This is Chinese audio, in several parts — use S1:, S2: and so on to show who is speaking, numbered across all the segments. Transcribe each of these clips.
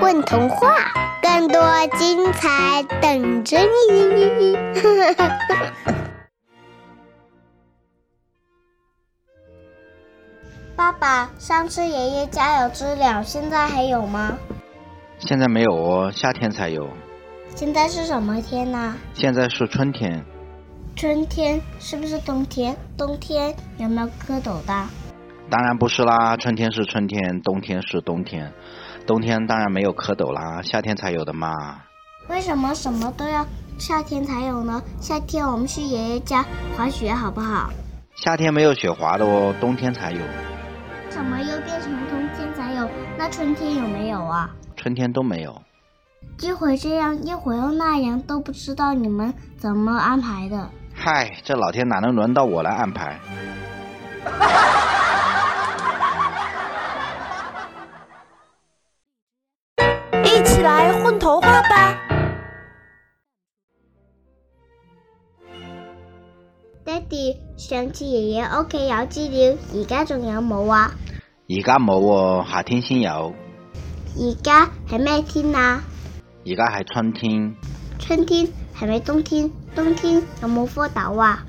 S1: 问童话，更多精彩等着你。 爸爸，上次爷爷家有知了，现在还有吗？
S2: 现在没有哦，夏天才有。
S1: 现在是什么天呢？
S2: 现在是春天，
S1: 春天是不是冬天？冬天有没有蝌蚪的？
S2: 当然不是啦，春天是春天，冬天是冬天，冬天当然没有蝌蚪啦，夏天才有的嘛。
S1: 为什么什么都要夏天才有呢？夏天我们去爷爷家滑雪好不好？
S2: 夏天没有雪滑的哦，冬天才有，
S1: 怎么又变成冬天才有？那春天有没有啊？
S2: 春天都没有。
S1: 一会儿这样，一会儿又那样，都不知道你们怎么安排的。
S2: 嗨，这老天哪能轮到我来安排？
S3: 一起来混童话吧！
S1: Daddy，上次爺爺屋企有資料，而家仲有冇啊？
S2: 而家冇喎，夏天先有，
S1: 而家係咩天啊？
S2: 而家係春天，
S1: 春天係咪冬天？冬天有冇蝌蚪啊？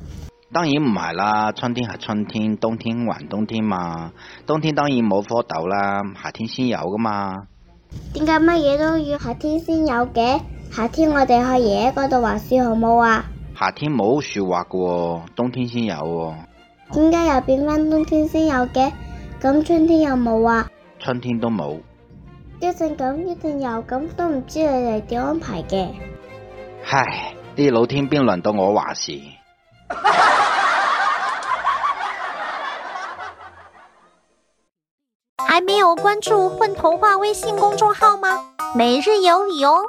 S2: 當然唔係啦，春天係春天，冬天還冬天嘛。冬天當然冇蝌蚪啦，夏天先有噶嘛。
S1: 點解乜嘢都要夏天先有嘅？夏天我哋去爺爺嗰度滑雪好冇啊？
S2: 夏天冇雪滑噶喎，冬天先有喎。
S1: 點解又變翻冬天先有嘅？咁春天有冇啊？
S2: 春天都冇。
S1: 一陣咁，一陣又咁，都唔知你哋點安排嘅。
S2: 唉，呢老天邊輪到我話事？
S3: 还没有关注“混童话”微信公众号吗？每日有礼哦！